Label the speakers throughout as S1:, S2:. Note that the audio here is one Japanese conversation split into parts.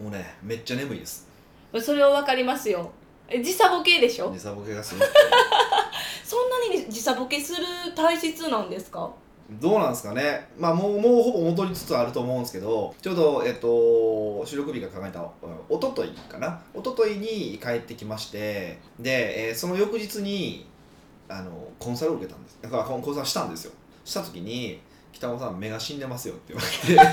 S1: もうねめっちゃ眠いです
S2: それは分かりますよえ時差ボケでしょ
S1: 時差ボケがすごい
S2: そんなに時差ボケする体質なんですか
S1: どうなんですかねまあもうもうほぼ戻りつつあると思うんですけどちょうどえっと収録日が考えたうん一昨日かな一昨日に帰ってきましてで、えーその翌日にあのコンサルを受けたんですだからコンコンサルしたんですよした時に北尾さん目が死んでますよって言われて
S2: あかん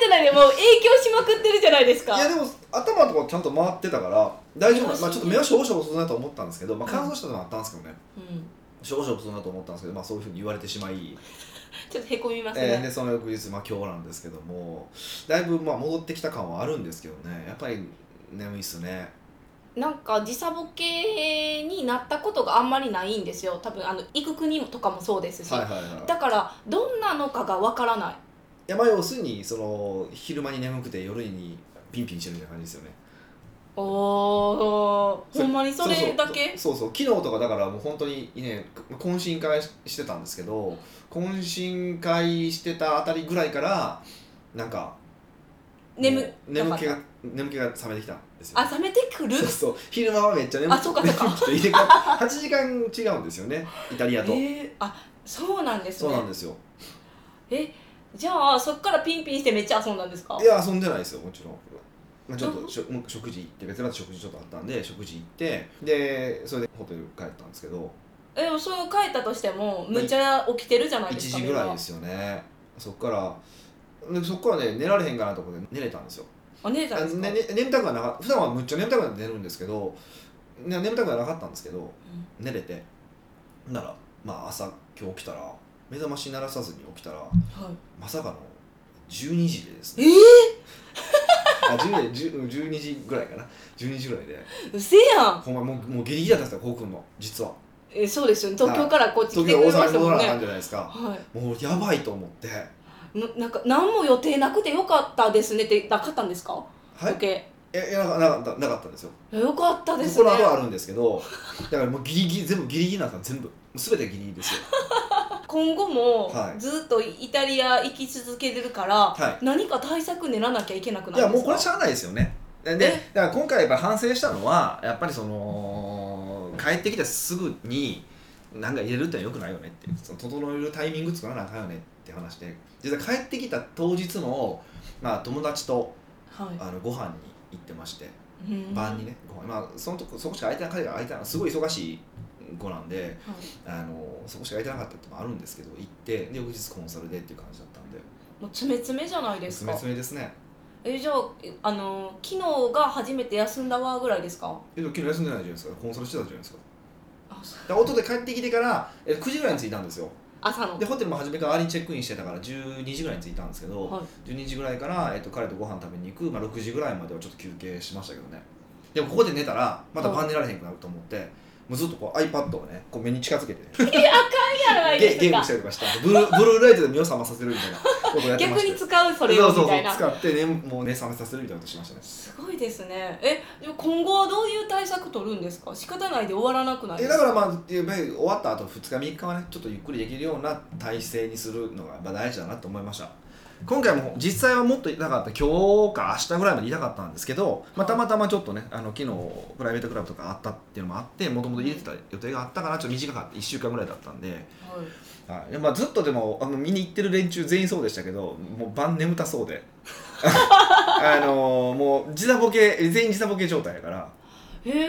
S2: じゃないでもう影響しまくってるじゃないですか
S1: いやでも頭とかちゃんと回ってたから大丈夫、まあ、ちょっと目は少々遅いなと思ったんですけど、まあ、乾燥したのもあったんですけどね、
S2: うん、
S1: 少々遅いなと思ったんですけど、まあ、そういうふうに言われてしまい、
S2: ちょっとへこみます
S1: えー
S2: ね、
S1: でその翌日、まあ、今日なんですけどもだいぶまあ戻ってきた感はあるんですけどねやっぱり眠いっすね
S2: なんか時差ボケになったことがあんまりないんですよ多分あの行く国とかもそうですし、
S1: はいはいはい
S2: だからどんなのかがわからない
S1: いやまあ要するにその昼間に眠くて夜にピンピンしてるみたいな感じですよね
S2: おおほんまにそれだけ
S1: そうそうそうそう昨日とかだからもう本当にね懇親会してたんですけど懇親会してたあたりぐらいからなんか
S2: 眠
S1: もう眠気
S2: だ
S1: が
S2: か
S1: 眠気が覚めてきたんですよ
S2: らあ冷めてくる
S1: そうそう昼間は めっちゃ眠
S2: あそうかそうか
S1: くて入れ替わって8時間違うんですよねイタリアと、
S2: えー、あそうなんです
S1: そう
S2: ね
S1: なんですよ
S2: じゃあそっからピンピンしてめっちゃ遊んだんですか
S1: いや遊んでないですよもちろん、まあ、ちょっとしょもう食事行って別にまた食事ちょっとあったんで食事行ってでそれでホテル帰ったんですけど
S2: えでもそう帰ったとしてもむっちゃ起きてるじゃない
S1: 1
S2: ですか
S1: 時ぐらいですすよねそっからでそっからね寝られへんかなと思って寝れたんですよ
S2: お姉さん
S1: あ
S2: ですか、
S1: ねね眠たくはなかった普段はむっちゃ眠たくなって寝るんですけどね眠たくはなかったんですけど
S2: うん
S1: 寝れてならまあ朝今日起きたら目覚まし鳴らさずに起きたら
S2: はい
S1: まさかの12時で ですね
S2: え
S1: あ10 10 12時ぐらいかな12時ぐらいで
S2: ー、うせやん
S1: ほんまもうもうギリギリだったんですよこうくんの実は
S2: えそうですよね東京からこっち
S1: 東
S2: 来て
S1: 京
S2: くれま
S1: 大阪
S2: し
S1: に
S2: た
S1: 戻
S2: も
S1: ら
S2: ん
S1: なあ
S2: ね
S1: かんじゃないですか
S2: は
S1: もうやばいと思って
S2: い、ななんか何も予定なくてよかったですねってなかったんですか、
S1: はい
S2: 時計
S1: えいやなかなかったなかったんですよ
S2: よかったです
S1: そ
S2: ね
S1: この後はあるんですけどだからもうギリギリ全部ギリギリなんですよ全部もう全てギリギリですよ
S2: 今後も
S1: はい
S2: ずっとイタリア行き続けてるから、
S1: は
S2: 何か対策練らなきゃいけな
S1: い
S2: くないる
S1: や
S2: ん
S1: も
S2: で
S1: う
S2: す
S1: こ
S2: か
S1: れしゃあないですよねで
S2: え
S1: だから今回やっぱ反省したのはやっぱりその帰ってきてすぐになんか入れるってのはよくないよねっていうその整えるタイミング作らなあかんよねって話で実は帰ってきた当日も、まあ、友達と
S2: は
S1: あのご飯に行ってまして
S2: いうん
S1: 晩にねご飯まあそのとこそこしか空いてない彼が空いてないすごい忙しい子なんで
S2: はい
S1: あのそこしか空いてなかったってのもあるんですけど行ってで翌日コンサルでっていう感じだったんで
S2: もう詰め詰めじゃないです
S1: 詰
S2: か
S1: め詰めですね
S2: えじゃああの昨日が初めて休んだわぐらいですか
S1: えでも昨日休んでないじゃないですかコンサルしてたじゃないですか
S2: あそう
S1: で音で帰ってきてからえ9時ぐらいに着いたんですよ
S2: 朝の
S1: でホテルも初めからアーリーチェックインしてたから12時ぐらいに着いたんですけど、
S2: はい
S1: 12時ぐらいから、えっと、彼とご飯食べに行く、まあ、6時ぐらいまではちょっと休憩しましたけどねでもここで寝たらまた晩寝られへんくなると思って、もうずっとこう iPad をねこう目に近づけて
S2: じゃない
S1: ゲ
S2: で
S1: ゲ
S2: す
S1: ーム
S2: か
S1: したりとかしたんでブルーブルーライトで目を覚まさせるみたいなことをやってま
S2: 逆
S1: して
S2: に使うそれ
S1: そう
S2: を
S1: そう
S2: み
S1: そ
S2: た
S1: う
S2: いな
S1: 使って、ね、もう目覚めさせるみたいなことしましたね
S2: すごいですねえでも今後はどういう対策取るんですか仕方ないで終わらなくない
S1: え
S2: です
S1: だからまあやっぱり終わった後2日3日はねちょっとゆっくりできるような体制にするのがまあ大事だなと思いました今回も実際はもっと痛かった今日か明日ぐらいまで痛かったんですけど、まあ、たまたまちょっとねあの昨日プライベートクラブとかあったっていうのもあってもともと入れてた予定があったからちょっと短かった1週間ぐらいだったんで、
S2: は
S1: は
S2: い
S1: いまあ、ずっとでもあの見に行ってる連中全員そうでしたけどもう晩眠たそうで あのもう時差ボケ全員時差ボケ状態やから
S2: へー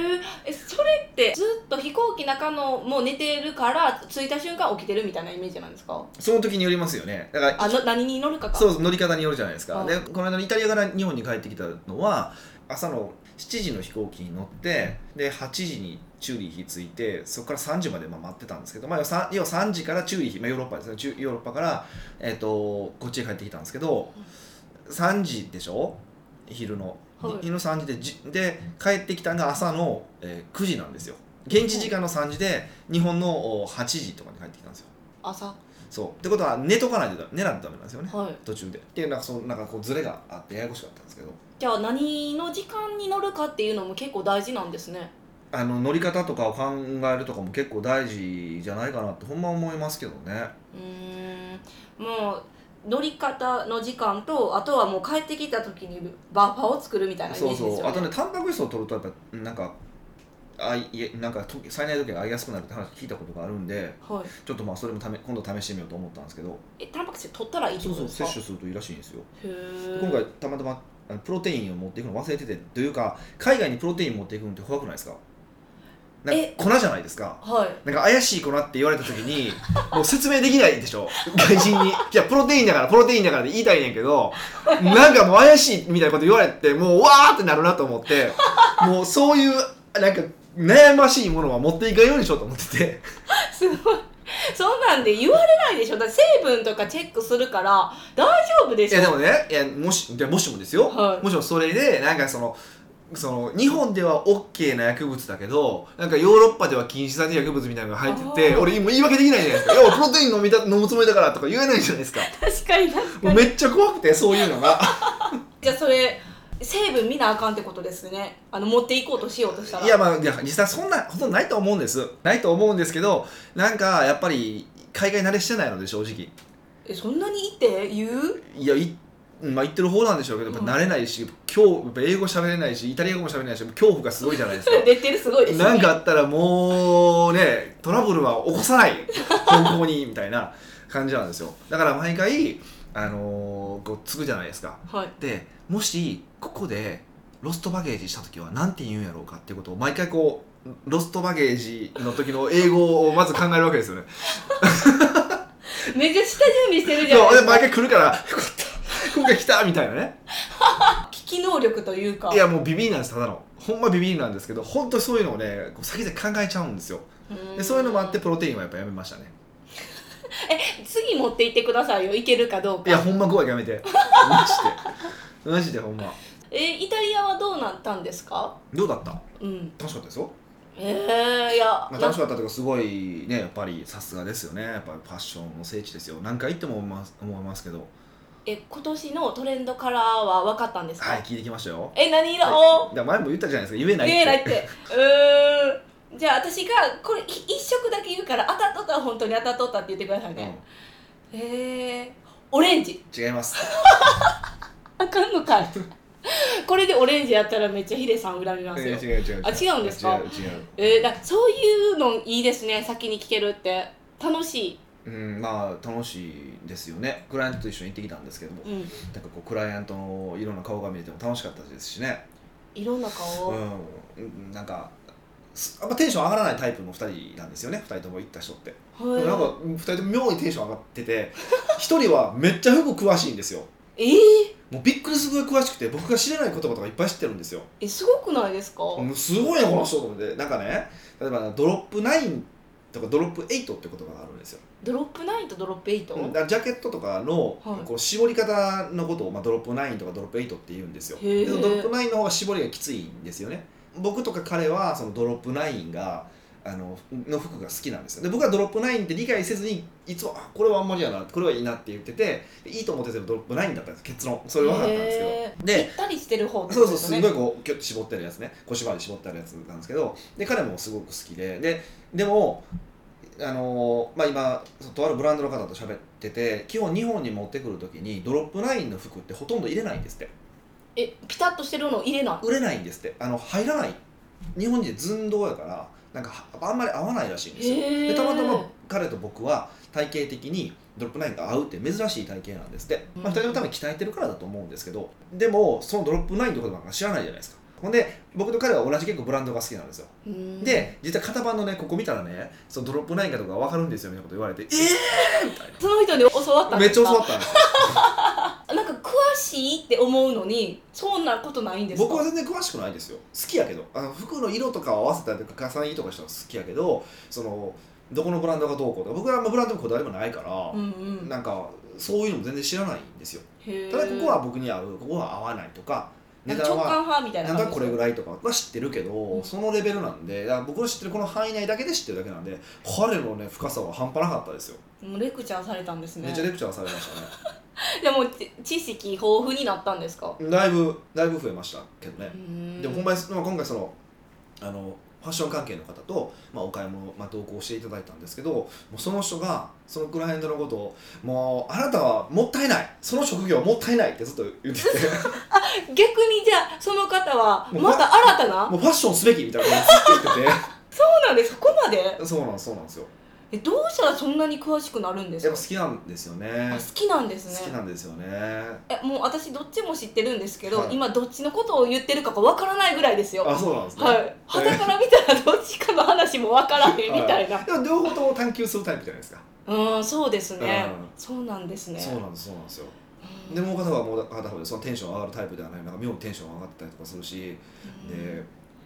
S2: えそれってずっと飛行機中のもう寝てるから着いた瞬間起きてるみたいなイメージなんですか
S1: その時によりますよねだから
S2: あの何に乗るかか
S1: そう
S2: う
S1: そう乗り方によるじゃないですか、
S2: うん
S1: でこの間のイタリアから日本に帰ってきたのは朝の7時の飛行機に乗ってで8時にチューリヒ着いてそこから3時までまあ待ってたんですけど、まあ、要はさ要は3時からチューリヒ、まあ、ヨーロッパですねチュヨーロッパから、えっとこっちへ帰ってきたんですけど3時でしょ昼の、
S2: はい
S1: 昼の3時でじで帰ってきたのが朝の、えー9時なんですよ現地時間の3時で日本のお8時とかに帰ってきたんですよ
S2: 朝
S1: そうってことは寝とかないとダメ寝ないとダメなんですよね
S2: はい
S1: 途中でっていうなんかそのなんかこうズレがあってややこしかったんですけど
S2: じゃあ何の時間に乗るかっていうのも結構大事なんですね
S1: あの乗り方とかを考えるとかも結構大事じゃないかなってほんま思いますけどね
S2: うーんもう乗り方の時間とあとはもう帰ってきた時にバッファを作るみたいなイメ
S1: そ
S2: ー
S1: う
S2: ジです
S1: そう
S2: よ
S1: あと
S2: ね
S1: ねタンパク質を取るとやっぱなんかあいえなんかと最大時計が合いやすくなるって話聞いたことがあるんで
S2: はい
S1: ちょっとまあそれもため今度試してみようと思ったんですけど
S2: えタンパク質取ったらいいって
S1: そう
S2: こと
S1: そう
S2: ですか
S1: 摂取するといいらしいんですよ
S2: へー
S1: 今回たまたまあのプロテインを持っていくの忘れててというか海外にプロテイン持っていくのって怖くないですかなんか
S2: え
S1: 粉じゃないですか
S2: はい
S1: なんか怪しい粉って言われた時にもう説明できないでしょ外人に「いやプロテインだからプロテインだから」って言いたいねんけどなんかもう怪しいみたいなこと言われてもうわーってなるなと思ってもうそういうなんか悩ましいものは持っていかんようにしようと思ってて
S2: すごいそんなんで言われないでしょだから成分とかチェックするから大丈夫で
S1: い
S2: しょ
S1: やでもねいやもしいやもしもですよ、
S2: はい
S1: もしもそれでなんかそのその日本では OK な薬物だけどなんかヨーロッパでは禁止されてる薬物みたいなのが入ってて
S2: あー
S1: 俺もう言い訳できないじゃないですか「いやプロテイン飲みた飲むつもりだから」とか言えないじゃないですか
S2: 確かに確
S1: も
S2: か
S1: う
S2: に
S1: めっちゃ怖くてそういうのが。
S2: じゃあそれ成分見なあかんってことですねあの持っていこうとしようとしたら
S1: いやまあいや実際そんなことないと思うんですないと思うんですけどなんかやっぱり海外慣れしてないので正直
S2: えそんなにいて言う
S1: いやいまあ、言ってる方なんでしょうけどやっぱ慣れないし、今日やっぱ英語喋れないしイタリア語も喋れないし恐怖がすごいじゃないです
S2: それ出てるすごいで
S1: か
S2: すね
S1: なんかあったらもうねトラブルは起こさない方向にみたいな感じなんですよだから毎回あのーこうつくじゃないですか
S2: はい
S1: でもしここでロストバゲージした時は何て言うんやろうかっていうことを毎回こうロストバゲージの時の英語をまず考えるわけですよね。
S2: めっちゃ下準備してるじゃ
S1: そうで
S2: ないで
S1: 毎
S2: すか
S1: 回来るから「よかった今回来た!」みたいなね。
S2: 危機能力というか
S1: いやもうビビりなんですただの。ほんまビビりなんですけど本当にそういうのをねこう先々考えちゃうんですよ
S2: うん
S1: でそういうのもあってプロテインはやっぱやめましたね
S2: 次持って行ってくださいよいけるかどう
S1: いや
S2: か
S1: ほんま怖いやめてマジでマジでほんま
S2: えイタリアはどうなったんですか
S1: どうだった
S2: うん
S1: 楽しかったですよ
S2: えー、いや
S1: まあ、楽しかったというかすごいねやっぱりさすがですよねやっぱりファッションの聖地ですよ何回行っても思います思いますけど
S2: え今年のトレンドカラーは分かったんですか、
S1: はい聞いてきましたよ
S2: え何色、
S1: はいだから前も言ったじゃないですか言えない
S2: 言えないってうーんじゃあ私がこれい一色だけ言うから当たっとったら本当に当たっとったって言ってくださいね、へえオレンジ
S1: うん違います
S2: あかんのかい これでオレンジやったらめっちゃヒデさん恨みます
S1: 違う
S2: よ
S1: 違う違う
S2: あ違うんですか
S1: 違う違う
S2: えー、だからそういうのいいですね先に聞けるって楽しい、
S1: うんまあ楽しいですよねクライアントと一緒に行ってきたんですけども、
S2: うん、
S1: なんかこうクライアントのいろんな顔が見れても楽しかったですしね
S2: いろんな顔を、
S1: うんなんかすあんまテンション上がらないタイプの2人なんですよね2人とも行った人って
S2: へー
S1: なんか2人とも妙にテンション上がってて1人はめっちゃ服詳しいんですよ
S2: えー、
S1: もうびっくりするぐらい詳しくて僕が知らない言葉とかいっぱい知ってるんですよ
S2: えすごくないですか、
S1: もうすごいなこの人と思ってなんかね例えばドロップ9とかドロップ8って言葉があるんですよ
S2: ドロップ9とドロップ8、
S1: だからジャケットとかの
S2: はい
S1: こう絞り方のことを、まあ、ドロップ9とかドロップ8って言うんですよ
S2: へー
S1: でそのドロップ9の方が絞りがきついんですよね僕とか彼はそのドロップ9があのの服が好きなんですよで僕はドロップ9って理解せずにいつもあこれはあんまりやなこれはいいなって言ってていいと思っててもドロップ9だったんです結論それは分かったんですけど
S2: へー
S1: で
S2: ぴったりしてる方って
S1: そ
S2: こ
S1: う
S2: と
S1: そうす
S2: ですね
S1: ごいこうキュッと絞ってるやつね腰回り絞ってあるやつなんですけどで彼もすごく好きでででもあのーまあ今そうとあるブランドの方と喋ってて基本日本に持ってくる時にドロップナインの服ってほとんど入れないんですって
S2: えピタッとしてるの入れない
S1: 売れないんですってあの入らない日本人寸胴やからなんかあんまり合わないらしいんですよ
S2: へー
S1: でたまたま彼と僕は体型的にドロップナインが合うって珍しい体型なんですって、まあ、
S2: うん
S1: 2人のために鍛えてるからだと思うんですけどでもそのドロップナインってことなんか知らないじゃないですかほんで僕と彼は同じ結構ブランドが好きなんですよ
S2: うーん
S1: で実は型番のねここ見たらねそのドロップナインかとか分かるんですよみたいなこと言われてええー、みたい
S2: その人に教わった
S1: なんめ
S2: で
S1: っち
S2: す
S1: ゃ
S2: か
S1: 教わったんですよ
S2: あなんか詳しいって思うのにそんなことないんですか
S1: 僕は全然詳しくないですよ好きやけどあの服の色とかを合わせたりとか重ね着とかしたの好きやけどそのどこのブランドがどうこうとか僕はあんまブランドにこだわりもないから、
S2: うんうん
S1: なんかそういうのも全然知らないんですよただここは僕に合うここは合わないとか値
S2: なんか
S1: 段
S2: 直感
S1: は
S2: 派みたいな
S1: なん
S2: 感じ
S1: かこれぐらいとかは知ってるけど、
S2: うん
S1: そのレベルなんでだから僕の知ってるこの範囲内だけで知ってるだけなんで彼のね深さは半端なかったですよ、
S2: もうレクチャーされたんですね
S1: めっちゃレクチャーされましたね
S2: でもち知識豊富になったんですか
S1: だいぶだいぶ増えましたけどね、
S2: うーん
S1: でもほんまにまあ今回そのあのファッション関係の方と、まあ、お買い物、まあ、同行していただいたんですけどもうその人がそのクライアントのことを「もうあなたはもったいないその職業はもったいない」ってずっと言 ってて
S2: 逆にじゃあその方は
S1: もう
S2: また新たな
S1: もうファッションすべきみたいなことをずっと言って
S2: そうなんですそこまで
S1: て そうなんそうなんですよ
S2: えどうしたらそんなに詳しくなるんです
S1: やっ
S2: か
S1: ぱ好きなんですよね
S2: あ好きなんですね
S1: 好きなんですよね
S2: えもう私どっちも知ってるんですけど、
S1: はい
S2: 今どっちのことを言ってるかがわからないぐらいですよ
S1: あそうなんですね、
S2: はい肌から見たらどっちかの話もわからへんみたいな、
S1: でも両方とも探求するタイプじゃないですか、
S2: うんそうですね、
S1: うん
S2: そうなんですね
S1: そうなんですそうなんですよ
S2: うん
S1: でもう片方はもう片方でそのテンション上がるタイプではないなんか妙にテンション上がったりとかするし、で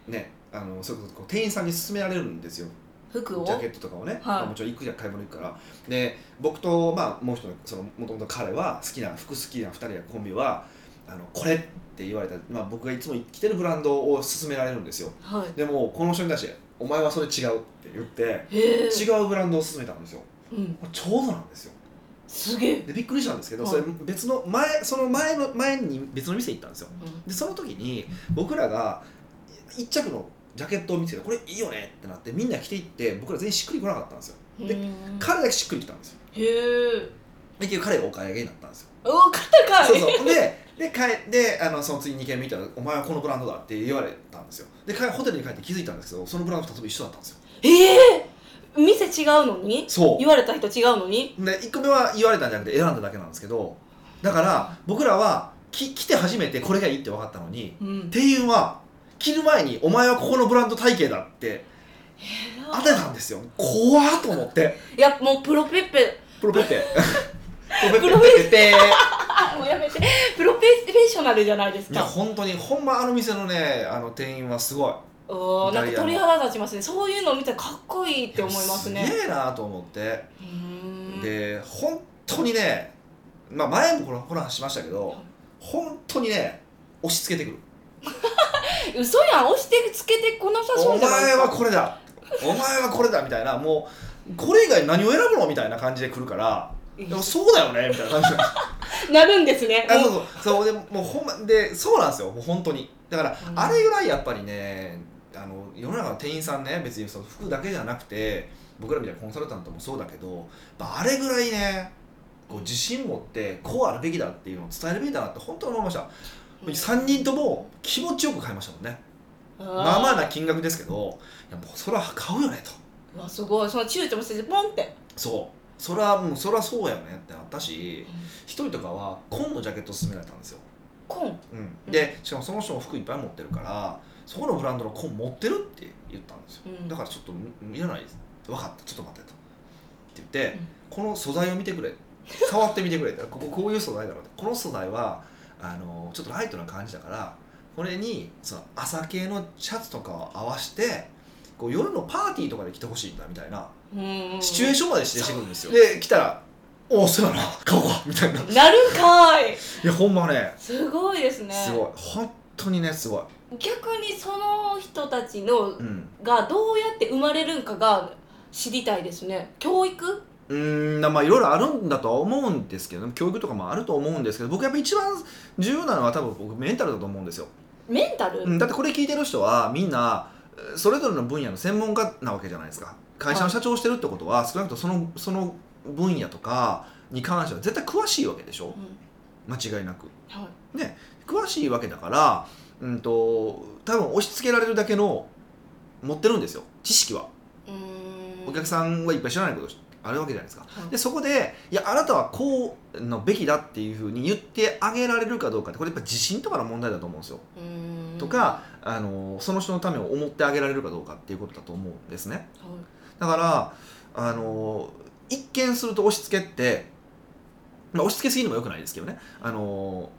S1: ねあのそれこそこう店員さんに勧められるんですよ
S2: 服を
S1: ジャケットとかをね、
S2: はい
S1: まあもちろん行くじゃん買い物行くからで僕と、まあ、もう一人のそのもともと彼は好きな服好きな2人やコンビはあのこれって言われた、まあ、僕がいつも着てるブランドを勧められるんですよ
S2: は
S1: でもこの人に対して「お前はそれ違う」って言って
S2: いへえ、
S1: 違うブランドを勧めたんですよ
S2: うん、
S1: ちょうどなんですよ
S2: すげえ、
S1: でびっくりしたんですけど
S2: はい
S1: それ別の前その前の前に別の店行ったんですよでその時に僕らが一着のジャケットを見つけてこれいいよねってなってみんな着ていって僕ら全員しっくりこなかったんですよ
S2: うん、
S1: で
S2: うん
S1: 彼だけしっくりきたんですよ
S2: へえ
S1: で結局彼がお買い上げになったんですよ、
S2: お肩かい
S1: そうそうででかえであのその次2軒見たら「お前はこのブランドだ」って言われたんですよでかホテルに帰って気づいたんですけどそのブランド2つも一緒だったんですよ
S2: ええ店違うのに
S1: そう
S2: 言われた人違うのに
S1: で1個目は言われたんじゃなくて選んだだけなんですけどだから僕らはき来て初めてこれがいいって分かったのに
S2: うん
S1: 店員は着る前に「お前はここのブランド体系だ」って当てたんですよ怖っと思って
S2: いやもうプロペッペ
S1: プロペッ ペプ
S2: プ
S1: ロ
S2: ロ
S1: ペッペペペ
S2: あもうやめてプロペッショナルじゃないです
S1: いや
S2: か
S1: 本当にほんまあの店のねあの店員はすごいっ
S2: おーなんか鳥肌立ちますねそういうのを見たらかっこいいって思います
S1: す
S2: ね
S1: げえなと思って、
S2: うーん
S1: で本当にねまあ前もこのこの話しましたけど本当にね押し付けてくる
S2: 嘘やん押してつけてこなさそ
S1: お
S2: うじゃないで
S1: 前
S2: す
S1: は
S2: か
S1: これだお前はこれだみたいなもうこれ以外何を選ぶのみたいな感じで来るからでもそうだよねみたいな 感じであ
S2: なるんですね
S1: そうそうそうでもうほんまでそうなんですよもう本当にだから、
S2: うん
S1: あれぐらいやっぱりねあの世の中の店員さんね別にその服だけじゃなくて僕らみたいなコンサルタントもそうだけどやっぱあれぐらいねこう自信持ってこうあるべきだっていうのを伝えるべきだなって本当に思いました、
S2: うん
S1: 3人とも気持ちよく買いましたもんねまあまあな金額ですけどいやもうそれは買うよねと
S2: うわすごいその躊躇もせずポンって
S1: そうそれはもうそれはそうやよねってなったし一人とかは紺のジャケットを勧められたんですよ、
S2: コン
S1: うん、でしかもその人も服いっぱい持ってるからそこのブランドの紺持ってるって言ったんですよ
S2: うん
S1: だからちょっとんいらないです分かったちょっと待ってとって言って、
S2: うん
S1: この素材を見てくれ触ってみてくれってこここういう素材だろうってこの素材はあのちょっとライトな感じだからこれにその朝系のシャツとかを合わせてこう夜のパーティーとかで着てほしいんだみたいな
S2: うん
S1: シチュエーションまで指定してくるんですよで来たら「おおそうやな買おうか」みたいない
S2: なるんかい
S1: やほんまね
S2: すごいですね
S1: すごい本当にねすごい、
S2: 逆にその人たちの
S1: うん、
S2: がどうやって生まれるんかが知りたいですね教育
S1: うーんまあいろいろあるんだとは思うんですけど教育とかもあると思うんですけど僕やっぱ一番重要なのは多分僕メンタルだと思うんですよ、
S2: メンタル、
S1: うん、だってこれ聞いてる人はみんなえーそれぞれの分野の専門家なわけじゃないですか会社の社長をしてるってことは少なくともそのその分野とかに関しては絶対詳しいわけでしょ
S2: うん
S1: 間違いなく
S2: はい
S1: 詳しいわけだから、うん、と多分押し付けられるだけの持ってるんですよ知識は
S2: うーん
S1: お客さんはいっぱい知らないことあるわけじゃないですか
S2: はい
S1: でそこでいやあなたはこうのべきだっていうふうに言ってあげられるかどうかってこれやっぱ自信とかの問題だと思うんですよ、
S2: うーん
S1: とかあのその人のためを思ってあげられるかどうかっていうことだと思うんですね
S2: はい
S1: だからあの一見すると押し付けって、まあ、押し付けすぎるのもよくないですけどねあの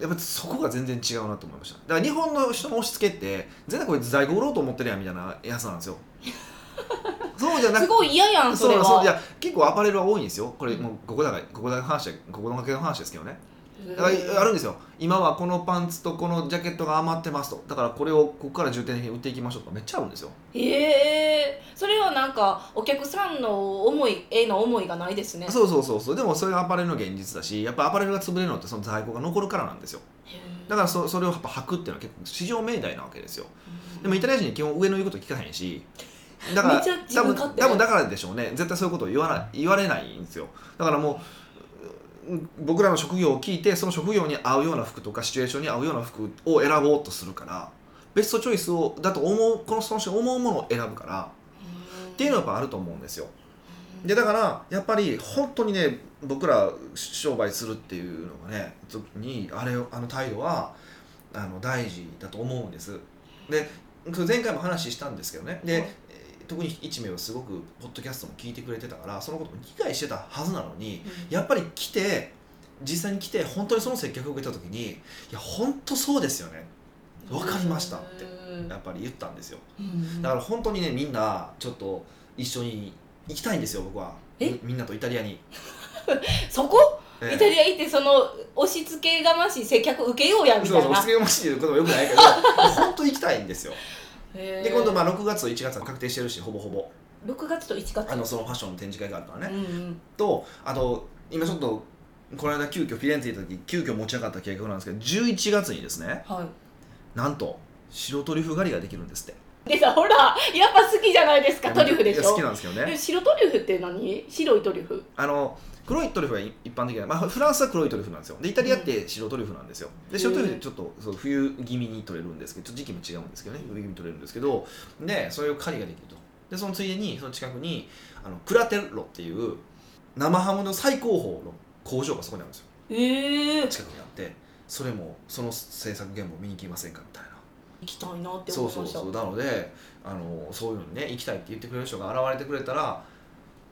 S1: やっぱそこが全然違うなと思いましただから日本の人の押し付けって全然こいつ在庫売ろうと思ってるやんみたいなやつなん ですよそうじゃなく
S2: すごい嫌やんそ
S1: そう
S2: れ
S1: な
S2: は
S1: んそういや結構アパレルは多いんですよこれ
S2: うん
S1: もうここだからここだけの話でここだけの話ですけどね
S2: う
S1: だから
S2: ん
S1: あるんですよ今はこのパンツとこのジャケットが余ってますとだからこれをここから重点的に売っていきましょうとかめっちゃあるんですよ
S2: ええそれはなんかお客さんの思いへの思いがないですね
S1: そうそうそうそうでもそれがアパレルの現実だしやっぱアパレルが潰れるのってその在庫が残るからなんですよ
S2: へ
S1: だからそそれをやっぱ履くっていうのは結構市場命題なわけですよでもイタリア人に基本上の言うこと聞かへんしだから
S2: めっちゃ自
S1: 多分
S2: 分勝手
S1: 多分だからでしょうね絶対そういうことを言わない言われないんですよだからもううん僕らの職業を聞いてその職業に合うような服とかシチュエーションに合うような服を選ぼうとするからベストチョイスをだと思うこのその人が思うものを選ぶからっていうのはやっぱあると思うんですよでだからやっぱり本当にね僕ら商売するっていうのがね時にあれあの態度はあの大事だと思うんですでそれ前回も話したんですけどねで、
S2: はい
S1: えー特に一名はすごくポッドキャストも聞いてくれてたからそのことも理解してたはずなのにやっぱり来て実際に来て本当にその接客を受けた時にいや本当そうですよねわかりましたってやっぱり言ったんですよだから本当にねみんなちょっと一緒に行きたいんですよ僕は
S2: え
S1: みみんなとイタリアに、
S2: そこ
S1: ええ
S2: イタリア行ってその押し付けがましい接客受けようやみ
S1: そ
S2: た
S1: うそ
S2: いうな
S1: 失礼もしいこともよくないけど本当行きたいん ですよ
S2: で
S1: で今度まあ6月と1月は確定してるしほぼほぼ
S2: 6月と1月
S1: あのそのファッションの展示会があるからね、
S2: うんうん
S1: とあと今ちょっとこの間急遽フィレンツェ行った時急遽持ち上がった計画なんですけど11月にですね
S2: は
S1: なんと白トリュフ狩りができるんですって
S2: いでさほらやっぱ好きじゃないですかトリュフでし
S1: いや好
S2: ょ
S1: きなんですけど
S2: え
S1: ね
S2: 白トリュフって何白いトリュフ
S1: あの黒いトリュフが一一般的な、まあ、フランスは黒いトリュフなんですよでイタリアって白トリュフなんですよで白トリュフってちょっとそう冬気味に取れるんですけどちょっと時期も違うんですけどね冬気味に取れるんですけどでそれを狩りができるとでそのついでにその近くにあのクラテロっていう生ハムの最高峰の工場がそこにあるんですよ
S2: ええ行
S1: 近くにあってそれもその制作現場を見に行きませんかみたいな
S2: きたいなって
S1: そ
S2: 思
S1: う
S2: い
S1: そ
S2: ま
S1: う
S2: した
S1: そうなのであのそういうのにね行きたいって言ってくれる人が現れてくれたら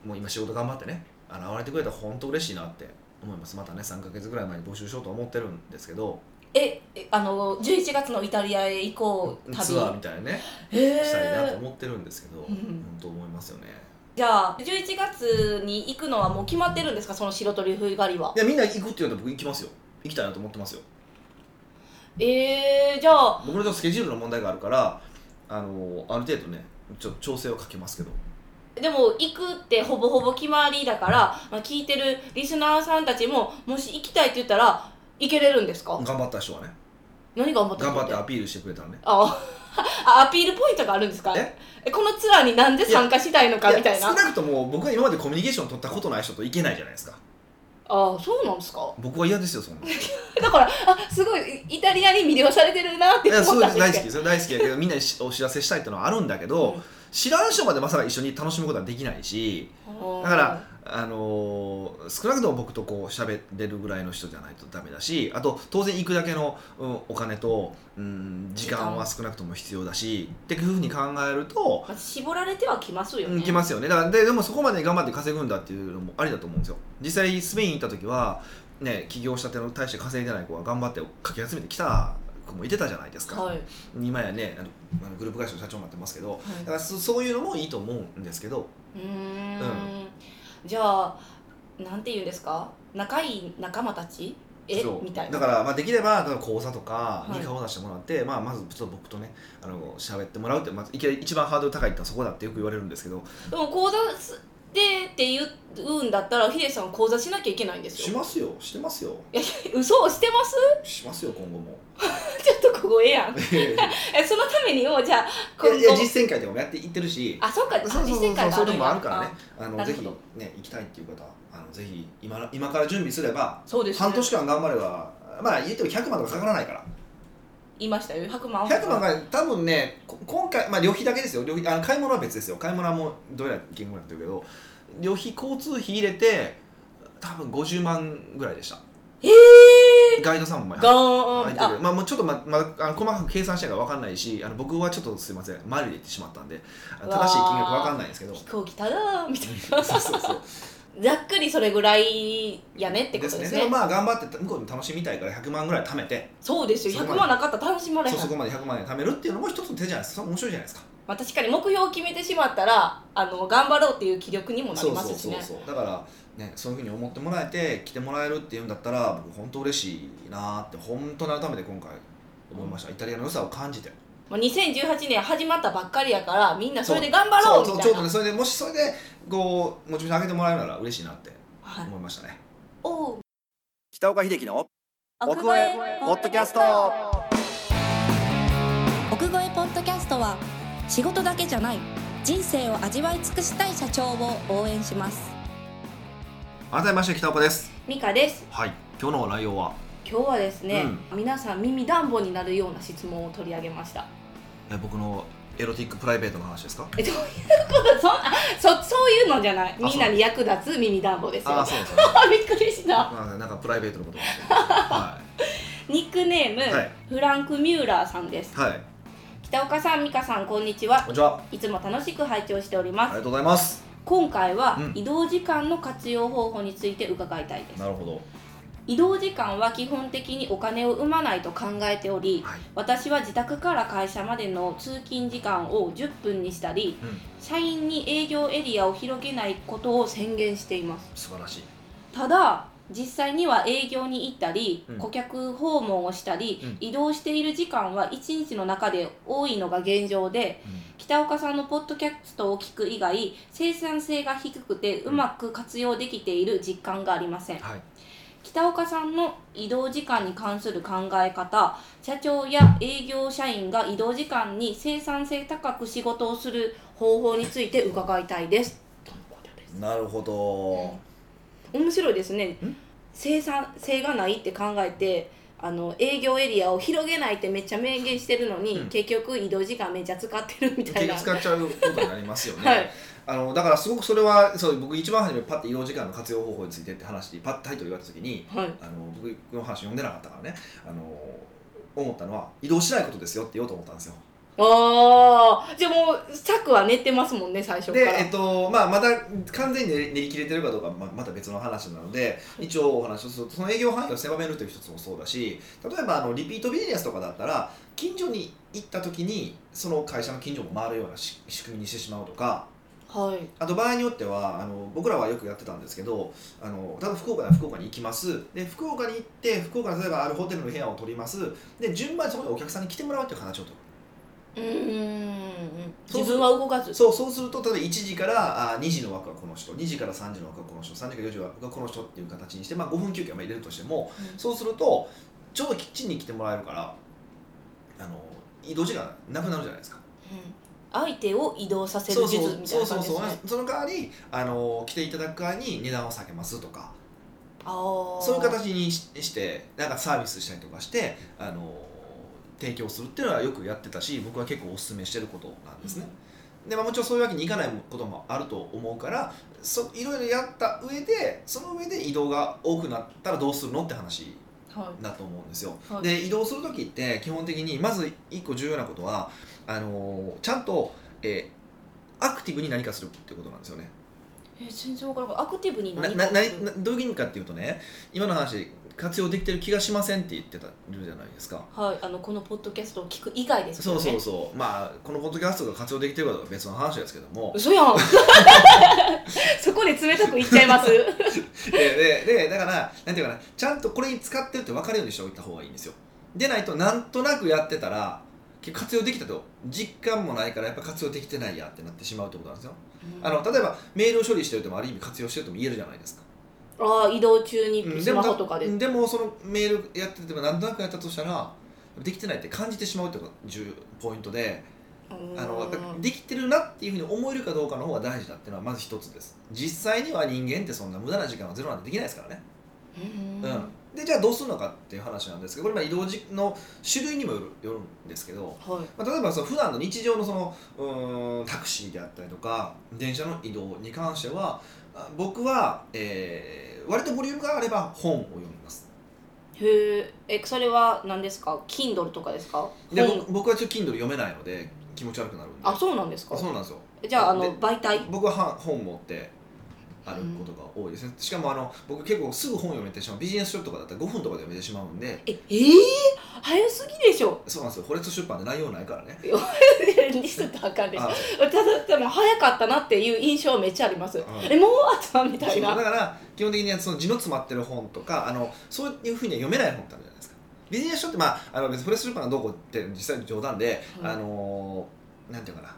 S1: もう今仕事頑張ってねあの現れてくれたら本当嬉しいなって思いますまたね3ヶ月ぐらい前に募集しようと思ってるんですけど
S2: ええあの11月のイタリアへ行こう旅
S1: ツアーみたいなね
S2: へ
S1: したいなと
S2: え
S1: 思ってるんですけど、
S2: ん
S1: 本当思いますよね
S2: じゃあ11月に行くのはもう決まってるんですかその白トリュフ狩りはい
S1: やみんな行くって言うと僕行きますよ行きたいなと思ってますよ
S2: えー、じゃあ
S1: 僕のちょっとスケジュールの問題があるからあのある程度ねちょっと調整をかけますけど
S2: でも行くってほぼほぼ決まりだから、まあ、聞いてるリスナーさんたちももし行きたいって言ったら行けれるんですか
S1: 頑張った人はね
S2: 何頑張った
S1: 頑張って
S2: あ
S1: アピールしてくれたらね
S2: あア ピールポイントがあるんですか
S1: え
S2: えこのツアーになんで参加したいのかみたい
S1: や少
S2: な
S1: なくとも僕が今までコミュニケーション取ったことない人といけないじゃないですか
S2: ああそうなんですか
S1: 僕は嫌ですよそんない
S2: だからあすごいイタリアに魅了されてるなって思
S1: やそう
S2: っ
S1: で
S2: た
S1: す大
S2: んです
S1: 好
S2: け
S1: きですよ大好きやけどみんなにしお知らせしたいってのはあるんだけ
S2: ど
S1: ど、知らん人までまさか一緒に楽しむことはできないし
S2: うん
S1: だからあのー少なくとも僕とこう喋れるぐらいの人じゃないとダメだしあと当然行くだけの、うん、お金と、うん、時間は少なくとも必要だしっていうふうに考えると、
S2: まあ絞られてはきますよ
S1: うん
S2: ね
S1: きますよねだからででもそこまで頑張って稼ぐんだっていうのもありだと思うんですよ実際スペイン行った時はね起業したての大して稼いでない子が頑張ってかき集めてきた子もいてたじゃないですか、
S2: はい、はい
S1: 今やねあのあのグループ会社の社長になってますけどだからそそういうのもいいと思うんですけど
S2: うーん
S1: うん
S2: じゃあなんて言うんですか仲いい仲間たちえ
S1: そう
S2: みたいな
S1: だから、まあ、できれば例えば講座とか
S2: は
S1: に
S2: い
S1: 顔を出してもらって、まあ、まずちょっと僕とねあの喋ってもらうって、まあ、いきなり一番ハードル高いってのはそこだってよく言われるんですけど
S2: でも講座でって言うんだったらヒデさん講座しなきゃいけないんです
S1: し
S2: よ
S1: ますよしてますよ
S2: 嘘をしてます
S1: しますよ今後も
S2: ちょっとここええや
S1: い
S2: ん
S1: やい
S2: えそのためにもうじゃあ今後
S1: や実践会とかもやっていってるし
S2: あそうか
S1: そうそうそうそう
S2: 実践会が
S1: そ
S2: あ
S1: ういうの
S2: るん
S1: も
S2: や
S1: あるからねあ
S2: な
S1: の
S2: る
S1: ぜ
S2: ほ
S1: ひ
S2: ど
S1: ね行きたいっていう方はあのぜひ今今から準備すれば
S2: そうです、ね、
S1: 半年間頑張ればまあ言っても100万とかかからないから
S2: 言いましたよ100万
S1: 100万が多分ねこ今回まあ旅費だけですよ旅費あの買い物は別ですよ買い物はもうどうやら言語になってるけど旅費交通費入れて多分50万ぐらいでした
S2: ええ
S1: ガイドさんも前
S2: ー、ガーン
S1: 入ってるまあもうちょっとままだあの細かく計算してないから分かんないしあの僕はちょっとすいませんマリで言ってしまったんであの正しい金額分かんないんですけど
S2: 飛行機ただーみたい
S1: そうそうそう
S2: な ざっくりそれぐらいやねってことですね
S1: もまあ頑張って向こうに楽しみたいから100万ぐらい貯めて
S2: そうですよ
S1: そこま
S2: 100
S1: で
S2: 万なかったら楽しまれへん
S1: そうそこまで100万円貯めるっていうのも一つの手じゃないですかそれ面白いじゃないですか
S2: まあ、確かに目標を決めてしまったらあの頑張ろうっていう気力にもな
S1: そ
S2: り
S1: う
S2: ま
S1: そう
S2: すし
S1: そう
S2: ね
S1: そうだからねそういうふうに思ってもらえて来てもらえるっていうんだったら僕本当嬉しいなって本当に改めて今回思いました、イタリアの良さを感じて
S2: もう2018年始まったばっかりやからみんなそれで頑張ろう
S1: そ
S2: み
S1: う
S2: た
S1: ちょ
S2: い
S1: っとね
S2: な
S1: それでもしそれでこうモチベーション上げてもらえるなら嬉しいなって
S2: はい
S1: 思いましたね、
S2: おう
S1: 北岡秀樹の
S3: 奥越えポッドキャスト
S4: 奥越えポッドキャストは仕事だけじゃない人生を味わい尽くしたい社長を応援します
S1: 改めまして北岡です
S2: ミカです
S1: はい今日の内容は
S2: 今日はですね、皆さん耳暖房になるような質問を取り上げました
S1: え僕のエロティックプライベートの話ですか
S2: えどういうことそんなそそういうのじゃない
S1: そう
S2: みんなに役立つ耳暖房です
S1: あ
S2: よ
S1: あそうです
S2: びっくりした
S1: なんかなんかプライベートのことなんですけどは
S2: ニックネーム、
S1: はい
S2: フランク・ミューラーさんです
S1: いはい
S2: 北岡さん美香さんこんにちは
S1: こんにちはい
S2: つも楽しく拝聴しており
S1: あ
S2: ま
S1: り
S2: す
S1: がとうございます
S2: 今回は、
S1: うん
S2: 移動時間の活用方法について伺いたいです
S1: なるほど
S2: 移動時間は基本的にお金を生まないと考えており、
S1: はい
S2: 私は自宅から会社までの通勤時間を10分にしたり
S1: うん
S2: 社員に営業エリアを広げないことを宣言しています
S1: 素晴らしい
S2: ただ実際には営業に行ったり、
S1: うん
S2: 顧客訪問をしたり、
S1: うん
S2: 移動している時間は1日の中で多いのが現状で
S1: うん
S2: 北岡さんのポッドキャストを聞く以外生産性が低くてうまく活用できている実感がありません
S1: はい
S2: 北岡さんの移動時間に関する考え方社長や営業社員が移動時間に生産性高く仕事をする方法について伺いたいですとのことです
S1: なるほど
S2: 面白いですね
S1: ん
S2: 生産性がないって考えてあの営業エリアを広げないってめっちゃ明言してるのに、
S1: うん
S2: 結局移動時間めっちゃ使ってるみた
S1: 結
S2: いな
S1: 局使っちゃうことになりますよね、
S2: はい
S1: あのだからすごくそれはそう僕一番初めパッて移動時間の活用方法についてって話でパッとタイトル言われた時に
S2: はい
S1: あの僕の話読んでなかったからねあの思ったのは移動しないことですよって言おうと思ったんですよ
S2: ああじゃあもう策は練ってますもんね最初か
S1: で、
S2: ら
S1: えっとまあ、また完全に練り切れてるかどうかはままた別の話なので一応お話をするとその営業範囲を狭めるという一つもそうだし例えばあのリピートビジネスとかだったら近所に行った時にその会社の近所も回るようなし仕組みにしてしまうとか
S2: はい
S1: あと場合によってはあの僕らはよくやってたんですけどあの多分福岡なら福岡に行きますで福岡に行って福岡の例えばあるホテルの部屋を取りますで順番にそこにお客さんに来てもらうという形をとる
S2: うーん
S1: そう
S2: 自分は動かず
S1: そうそうすると例えば1時からあ2時の枠はこの人2時から3時の枠はこの人3時から4時の枠はこの人っていう形にして、まあ、5分休憩を入れるとしても、
S2: うん
S1: そうするとちょうどキッチンに来てもらえるからあの移動時間なくなるじゃないですか。
S2: 相手を移動させ
S1: そ
S2: る
S1: うそう
S2: 術みたい
S1: そう
S2: な
S1: そう
S2: 感じ
S1: そ
S2: で
S1: う
S2: すね。
S1: その代わりあの来ていただく側に値段を下げますとか
S2: ああ。
S1: そういう。形にししてなんかサービスしたりとかしてあの提供するっていうのはよくやってたし僕は結構おすすめしてることなんですね。でまあ、もちろんそういうわけにいかないこともあると思うからそいろいろやった上でその上で移動が多くなったらどうするのって話
S2: は
S1: だと思うんですよ。
S2: はい
S1: で移動する時って基本的にまず一個重要なことはあのちゃんと、えーアクティブに何かするってことなんですよね。
S2: い。え全然わからない。アクティブに
S1: な
S2: 何
S1: な
S2: か
S1: ななどういう意味かっていうとね今の話活用できてる気がしませんって言ってたるじゃないですか。
S2: はい。あのこのポッドキャストを聞く以外です
S1: そ
S2: よ
S1: う
S2: ね。
S1: そうそうまあこのポッドキャストが活用できてるかどうかは別の話ですけども
S2: 嘘 やん。そこで冷たく言っちゃいます。
S1: でででだからなんていうかなちゃんとこれに使ってるって分かるようにしておいた方がいいんですよでないとなんとなくやってたら結構活用できたと実感もないからやっぱ活用できてないやってなってしまうってことなんですよ あの例えばメールを処理してるともある意味活用してるとも言えるじゃないですか、
S2: ああ移動中
S1: うん
S2: にスマホとかで。
S1: でもでもそのメールやっててもなんとなくやったとしたらできてないって感じてしまうってことが重要ポイントであのやっぱりできてるなっていうふうに思えるかどうかの方が大事だっていうのはまず一つです実際には人間ってそんな無駄な時間はゼロなんてできないですからね
S2: うん
S1: うん、でじゃあどうするのかっていう話なんですけどこれまあ移動時の種類にもよるよるんですけど、
S2: はい。
S1: まあ、例えばその普段の日常のそのうーんタクシーであったりとか電車の移動に関してはあ僕は、えー割とボリュームがあれば本を読みます。
S2: へえ。えそれは何ですか。Kindle とかですか。
S1: で
S2: 本
S1: 僕僕はちょっと Kindle 読めないので気持ち悪くなるんで
S2: あそうなんですか
S1: あ。そうなんですよ
S2: じゃああ
S1: で
S2: の媒体。
S1: 僕はは本持って歩くことが多いですね、しかもあの僕結構すぐ本読めてしまうビジネス書とかだったら5分とかで読めてしまうんで
S2: ええー、早すぎでしょ。
S1: そうなんですよホレスト出版で内容ないからね
S2: リスとあかんでしょ
S1: あ
S2: ただでも早かったなっていう印象めっちゃあります、
S1: うん
S2: えもうあったみた
S1: そう
S2: い
S1: だ
S2: な
S1: から基本的にはその字の詰まってる本とかあのそういうふうには読めない本ってあるじゃないですかビジネス書ってまああの別にフレッシュルパンがどうこうって実際に冗談で、
S2: うん
S1: あのーなんていうかな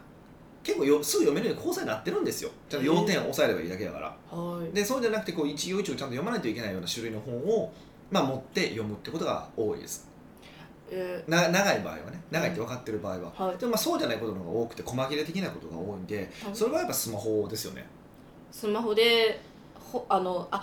S1: 結構よすぐ読めるように構成になってるんですよちゃんと要点を押さえればいいだけだから
S2: はい
S1: でそうじゃなくてこう一行一行ちゃんと読まないといけないような種類の本をまあ、持って読むってことが多いです
S2: え
S1: な長い場合はね長いって分かってる場合は、
S2: ーはい
S1: でもまあそうじゃないことの方が多くて細切れ的なことが多いんでそれはやっぱスマホですよね
S2: スマホでほあのあ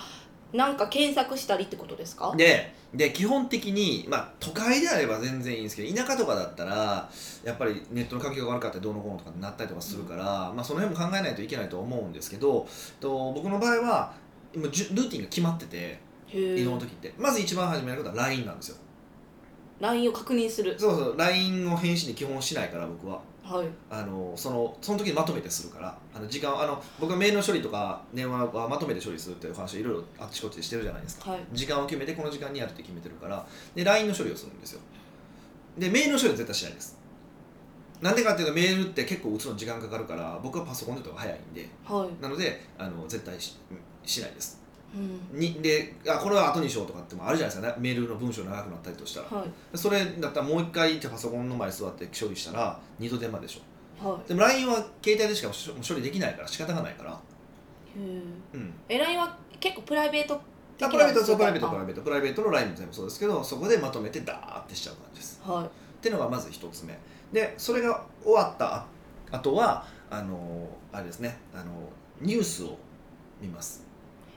S2: なんか検索したりってことですか
S1: でで基本的に、まあ、都会であれば全然いいんですけど田舎とかだったらやっぱりネットの環境が悪かったりどうのこうのとかになったりとかするから、まあ、その辺も考えないといけないと思うんですけどと僕の場合はもうじゅルーティンが決まってて
S2: へ
S1: 移動
S2: え
S1: の時ってまず一番始めることは LINE なんですよ
S2: LINE を確認する
S1: そうそう LINE を返信に基本しないから僕は
S2: はい
S1: あのそのその時にまとめてするからあの時間をあの僕はメールの処理とか電話はまとめて処理するっていう話をいろいろあっちこっちでしてるじゃないですか
S2: はい
S1: 時間を決めてこの時間にやるって決めてるからで LINE の処理をするんですよでメールの処理は絶対しないですなんでかっていうとメールって結構打つの時間かかるから僕はパソコンで打った方が早いんで
S2: はい
S1: なのであの絶対ししないです
S2: うん
S1: にであこれは後にしようとかってもあるじゃないですか、ね、メールの文章長くなったりとしたら
S2: はい
S1: それだったらもう一回じゃあパソコンの前に座って処理したら二度手間でしょ
S2: は
S1: でも LINE は携帯でしか処処理できないから仕方がないから、
S2: いへえ
S1: うん、
S2: え LINE は結構プライベート的
S1: あ
S2: な
S1: プライベートそう
S2: 世
S1: プライベ
S2: 界
S1: ートプ
S2: 観
S1: ライベートプライベートの LINE も全部そうですけどそこでまとめてダーってしちゃう感じです
S2: はい
S1: っていうのがまず一つ目でそれが終わったあとはあのあれですねあのニュースを見ます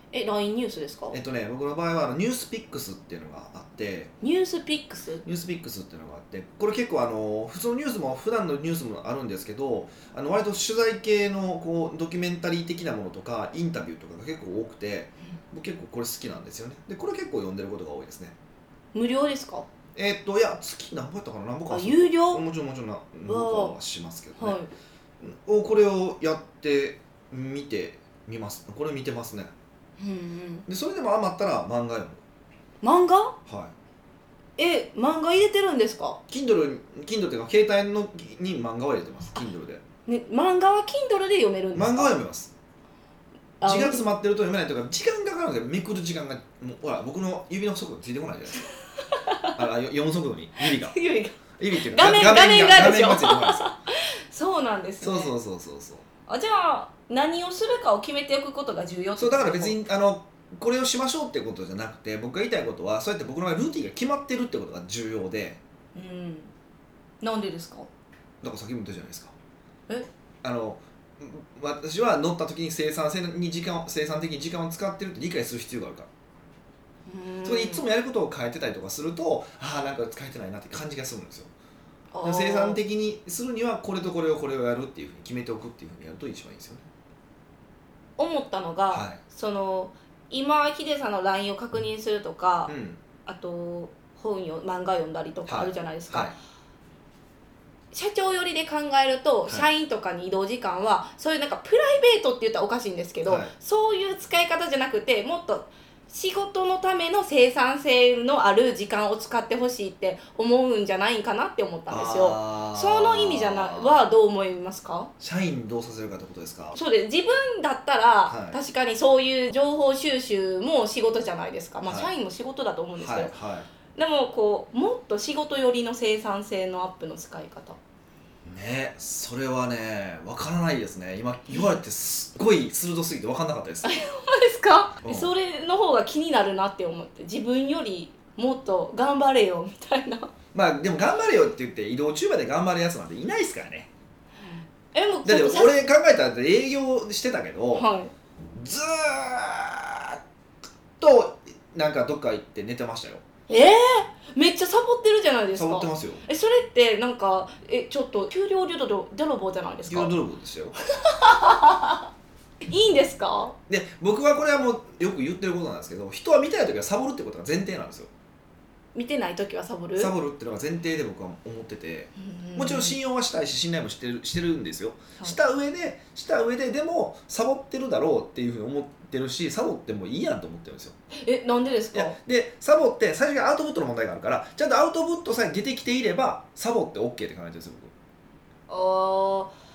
S2: え LINE ニュースですか
S1: えっとね僕の場合はあのニュースピックスっていうのがあって
S2: ニュースピックス
S1: ニュースピックスっていうのがあってこれ結構あの普通のニュースも普段のニュースもあるんですけどあの割と取材系のこうドキュメンタリー的なものとかインタビューとかが結構多くて僕結構これ好きなんですよねでこれ結構読んでることが多いですね
S2: 無料ですか
S1: えっといや月何本やったかな何本か
S2: あ
S1: 忘れた
S2: 有料
S1: もちろんもちろんな何本かはしますけどね、
S2: はい
S1: おこれをやって見てみますこれ見てますね
S2: うんうん
S1: でそれでも余ったら漫画読
S2: 漫画
S1: むはい
S2: え漫画入れてるんですか
S1: Kindle, Kindle っていうか携帯のに漫画を入れてます Kindle で
S2: ね漫画は Kindle で読めるんですか
S1: 漫画は読みます
S2: あ
S1: 時間詰まってると読めないというか時間がかかるんですよめくる時間がもうほら僕の指の速度ついてこないじゃないですかあらよ読む速度に指が
S2: 強いが
S1: 指っていう
S2: 画面画面がでしょ
S1: 画面がついてこないですよ
S2: そうなんです
S1: そ
S2: ね
S1: うそうそうそうそう
S2: あじゃあ何をするかを決めておくことが重要って
S1: そ
S2: こ
S1: う
S2: と
S1: だから別にあのこれをしましょうってことじゃなくて僕が言いたいことはそうやって僕の場合ルーティンが決まってるってことが重要で
S2: うんなんでですか
S1: だから先も言ったじゃないですか
S2: え
S1: あのう私は乗った時に生産性に時間を生産的に時間を使ってるって理解する必要があるから、それでいつもやることを変えてたりとかするとああなんか使えてないなって感じがするんですよだから生産
S2: 的
S1: 的にするにはこれとこれをこれをやるっていうふうに決めておくっていうふうにやると一番いいですよね
S2: 思ったのが、
S1: はい
S2: その今ヒデさんの LINE を確認するとか、
S1: うん
S2: あと本よ漫画読んだりとか
S1: はい
S2: あるじゃないですか、
S1: はい
S2: 社長寄りで考えると、
S1: はい
S2: 社員とかに移動時間はそういうなんかプライベートって言ったらおかしいんですけど、
S1: はい
S2: そういう使い方じゃなくてもっと仕事のための生産性のある時間を使ってほしいって思うんじゃないかなって思ったんですよ。
S1: あー
S2: その意味じゃないはどう思いますか
S1: 社員にどうさせるかってことですか
S2: そうです自分だったら、
S1: はい
S2: 確かにそういう情報収集も仕事じゃないですか、まあ、
S1: はい
S2: 社員も仕事だと思うんですけ
S1: は
S2: ど、
S1: いはい
S2: でもこうもっと仕事寄りの生産性のアップの使い方
S1: ねそれはねわからないですね今言われてすっごい鋭すぎてわかんなかったです
S2: そうですか
S1: うん
S2: それの方が気になるなって思って自分よりもっと頑張れよみたいな
S1: まあでも頑張れよって言って移動中まで頑張るやつなんていないですからね
S2: えもう
S1: だって
S2: ちょっと
S1: 俺考えたら営業してたけど、
S2: はい
S1: ずーっとなんかどっか行って寝てましたよ
S2: えー、めっちゃサボってるじゃないです
S1: サボ
S2: か
S1: ってますよ
S2: えそれってなんかえちょっと給料泥棒泥棒じゃないです
S1: 給料
S2: か
S1: 泥棒でしたよ
S2: いいんですか
S1: で僕はこれはもうよく言ってることなんですけど人は見たい時はサボるってことが前提なんですよ
S2: 見てない時はサボる
S1: サボるっていうのが前提で僕は思ってて
S2: う
S1: もちろん信用はしたいし信頼もしてるしてるんですよ
S2: はい
S1: した上でした上ででもサボってるだろうっていうふうに思ってるしサボってもいいやんと思ってるんですよ
S2: えなんでです
S1: い
S2: か
S1: やでサボって最初にアウトプットの問題があるからちゃんとアウトプットさえ出てきていればサボって OK って考えてるんですよ僕
S2: あー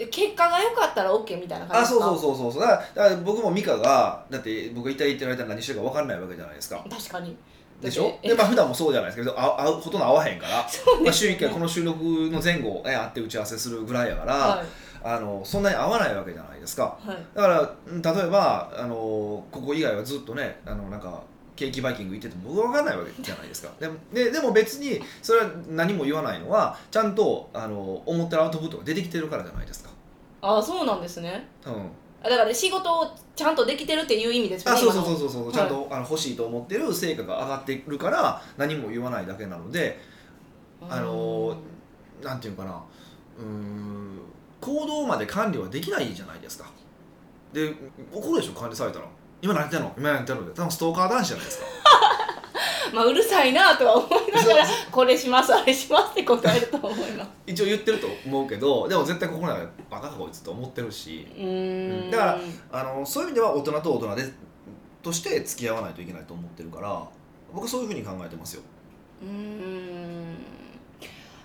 S2: え結果が良かったら OK みたいな感じ
S1: あ
S2: です
S1: そう
S2: か
S1: そうそうそうそうだからだから僕も美香がだって僕一体言ってる間何してるか分かんないわけじゃないですか
S2: 確かに
S1: でしょ
S2: え
S1: でまあ普段もそうじゃないですけどああほとんど会わへんから、
S2: そう
S1: ま
S2: で
S1: あ、
S2: す
S1: 週
S2: よ
S1: 1
S2: ね
S1: 回この収録の前後え会って打ち合わせするぐらいやから、
S2: は
S1: あのそんなに会わないわけじゃないですか
S2: いはい
S1: だからうん例えばあのここ以外はずっとねあのなんかケーキバイキング行ってても僕は分かんないわけじゃないですかでもででも別にそれは何も言わないのはちゃんとあの表のアウトプットが出てきてるからじゃないですか
S2: あそうなんですね
S1: うん
S2: あだから、ね、仕事をちゃんとできてるっていう意味ですよ
S1: あ
S2: ね
S1: そうそうそううそうそう、
S2: い
S1: ちゃんとあの欲しいと思ってる成果が上がってるから何も言わないだけなので
S2: 今
S1: あのなんていうのかなうーん行動まで管理はできないじゃないですかで怒るでしょ管理されたら今何やってんの今何やってんので多分ストーカー男子じゃないですか
S2: まあうるさいなとは思いながらこれしますあれしますって答えると思 います
S1: 一応言ってると思うけどでも絶対心の中でバカかこいつと思ってるし
S2: うーん
S1: だからあのそういう意味では大人と大人でとして付き合わないといけないと思ってるから僕はそういうふうに考えてますよ
S2: うーん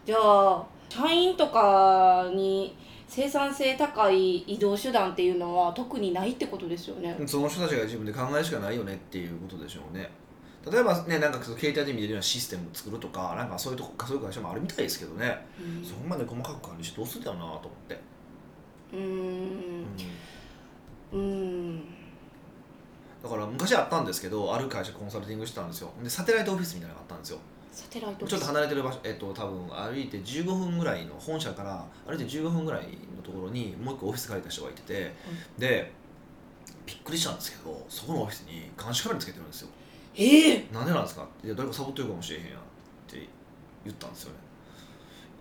S2: じゃあ社員とかに生産性高い移動手段っていうのは特にないってことですよね。
S1: その人たちが自分で考えるしかないよねっていうことでしょうね例えばねなんかその携帯で見れるようなシステムを作るとかなんかそういうとこそういう会社もあるみたいですけどね、
S2: うん
S1: そこまで細かく管理してどうするんだよなと思って、
S2: うーんうーん
S1: だから昔あったんですけどある会社コンサルティングしてたんですよでサテライトオフィスみたいなのがあったんですよ
S2: サテライト
S1: ちょっと離れてる場所えっと多分歩いて15分ぐらいの本社から歩いて15分ぐらいのところにもう一個オフィス借りた人がいてて、でびっくりしたんですけどそこのオフィスに監視カメラつけてるんですよ
S2: ええ
S1: なんでなんですかっていや誰かサボってるかもしれへんやんって言ったんですよね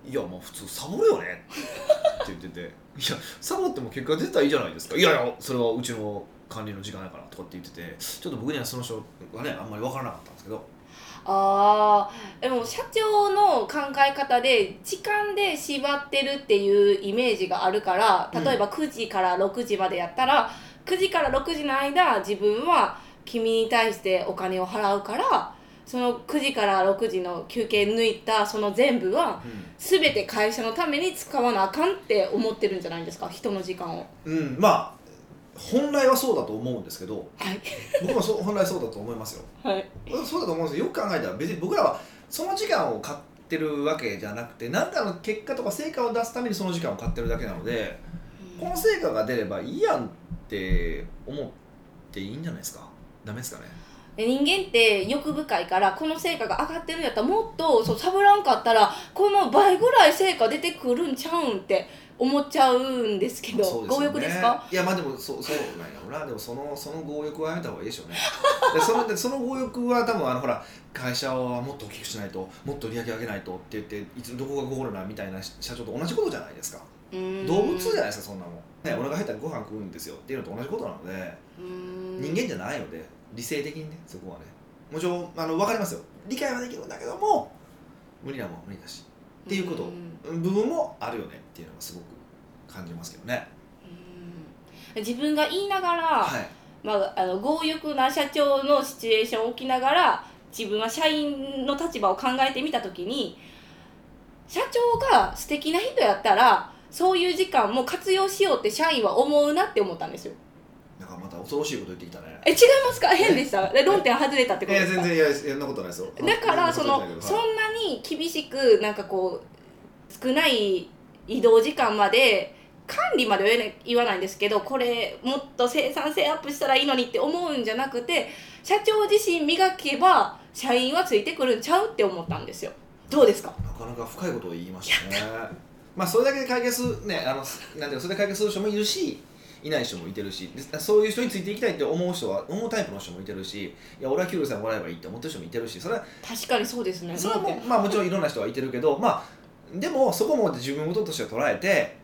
S1: いやまあ普通サボるよねって言ってていやサボっても結果出たらいいじゃないですかいやいやそれはうちの管理の時間やからとかって言っててちょっと僕にはその人はねあんまり分からなかったんですけど
S2: あーでも社長の考え方で時間で縛ってるっていうイメージがあるから例えば9時から6時までやったら、9時から6時の間自分は君に対してお金を払うからその9時から6時の休憩抜いたその全部は全て会社のために使わなあかんって思ってるんじゃないですか人の時間を。
S1: うん、まあ本来はそうだと思うんですけど
S2: はい、
S1: 僕もそう本来そうだと思いますよ
S2: はい、
S1: そうだと思うんですよよく考えたら別に僕らはその時間を買ってるわけじゃなくて何かの結果とか成果を出すためにその時間を買ってるだけなのでこの成果が出ればいいやんって思っていいんじゃないですかダメですかね
S2: で人間って欲深いからこの成果が上がってるんやったらもっとそうサボらんかったらこの倍ぐらい成果出てくるんちゃうんって思っちゃうんですけど
S1: まあそう
S2: 強
S1: よね
S2: 欲ですか
S1: いやまあでもそうそうなんやろうなでもそのその強欲はやめた方がいいでしょ うねでそのでその強欲は多分あのほら会社はもっと大きくしないともっと売り上げ上げないとって言っていつどこがゴールなんみたいな社長と同じことじゃないですか
S2: うーん
S1: 動物じゃないですかそんなもん、ね、お腹減ったらご飯食うんですよっていうのと同じことなので
S2: うーん
S1: 人間じゃないので理性的にねそこはねもちろんあの分かりますよ理解はできるんだけども無理なもんは無理だしっていうこと
S2: ーん
S1: 部分もあるよねっていうのがすごく感じますけどね
S2: うーん自分が言いながら、
S1: はい
S2: まあ、あの強欲な社長のシチュエーションを置きながら自分は社員の立場を考えてみた時に社長が素敵な人やったらそういう時間も活用しようって社員は思うなって思ったんですよ。
S1: なんかまた恐ろしいこと言ってきたね
S2: え違いますか変でしたで論点外れたって
S1: い
S2: ことで
S1: や
S2: すか、
S1: 全然いやそんなことないですよ
S2: だからその
S1: んなこと
S2: そん
S1: ない
S2: なに厳しくなんかこう少ない移動時間まで管理までは言えない言わないんですけどこれもっと生産性アップしたらいいのにって思うんじゃなくて社長自身磨けば社員はついてくるんちゃうって思ったんですよどうですか
S1: けどはいなかなか深いことを言いましたねまあそれだけで解決ねあのなんていうかそれで解決する人もいるしいない人もいてるしでそういう人についていきたいって思う人は思うタイプの人もいてるしいや俺は給料さえもらえばいいって思ってる人もいてるしそれは
S2: 確かにそうですね
S1: それはも
S2: なん
S1: う
S2: て
S1: まあもちろんいろんな人はいてるけどまあでもそこも自分事として捉えて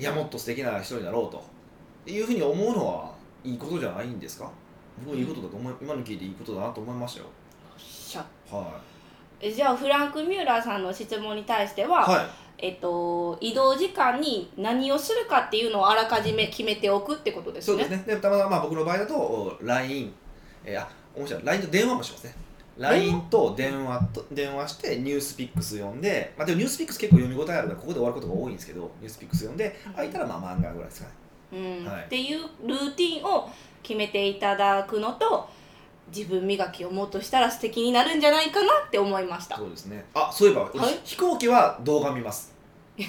S1: いやもっと素敵な人になろうというふうに思うのはいいことじゃないんですか僕いいことだと思い今の聞いていいことだなと思いましたよ
S2: しゃ
S1: は
S2: えじゃあフランク・ミューラーさんの質問に対して
S1: い
S2: は、
S1: はい
S2: えっと、移動時間に何をするかっていうのをあらかじめ決めておくってことです
S1: そう
S2: ね
S1: ですねでたまたままあ僕の場合だとお LINE、えーあ面白い LINE と電話もしますね LINE と電話と電話してニュースピックス読んで、まあ、でもニュースピックス結構読み応えあるからここで終わることが多いんですけどニュースピックス読んで空いたらまあ漫画ぐらいですかね
S2: うん
S1: はい
S2: っていうルーティンを決めていただくのと自分磨きをもっとしたら素敵になるんじゃないかなって思いました
S1: そうですねあそういえば、俺
S2: はい
S1: 飛行機は動画見ます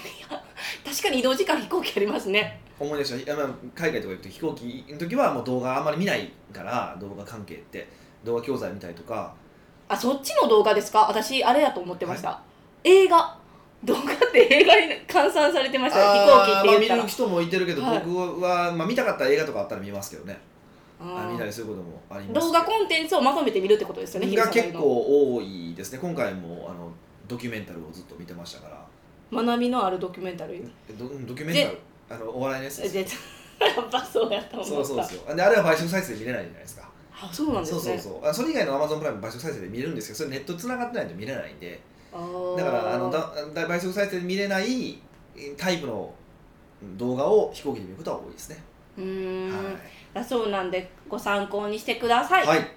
S2: 確かに移動時間飛行機ありますね
S1: 思い出したいやまあ海外とか行くと飛行機の時はもう動画あんまり見ないから動画関係って動画教材見たりとか
S2: あそっちの動画ですか私あれやと思ってました、映画動画って映画に換算されてましたよ飛行機って言
S1: あー
S2: った
S1: まあ、
S2: ら
S1: 見る人もいてるけど、
S2: はい
S1: 僕は、まあ、見たかったら映画とかあったら見ますけどね、あ
S2: うん
S1: 見たりすることもあります
S2: 動画コンテンツをまとめて見るってことですよね
S1: が
S2: ヒロさん
S1: 結
S2: の
S1: 構多いですね今回もあのドキュメンタルをずっと見てましたから
S2: 学びのあるドキュメンタリー
S1: えドドキュメンタルあのお笑いのやつです
S2: じゃあやっぱそうやと思った
S1: そうそうですよであれは倍速再生で見れないじゃないですか
S2: あそうなんです
S1: そ
S2: ね
S1: うそうそうあそれ以外の Amazon プライムも倍速再生で見れるんですけどそれネットつながってないと見れないんで
S2: あー
S1: だからあのだだ倍速再生で見れないえタイプの動画を飛行機で見ることは多いですね、
S2: うーん、
S1: は
S2: だそうなんでご参考にしてください、
S1: い、はい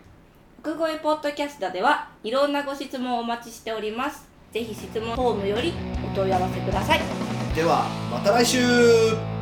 S2: 福越ポッドキャストではいろんなご質問をお待ちしておりますぜひ質問フォームよりお問い合わせください
S1: ではまた来週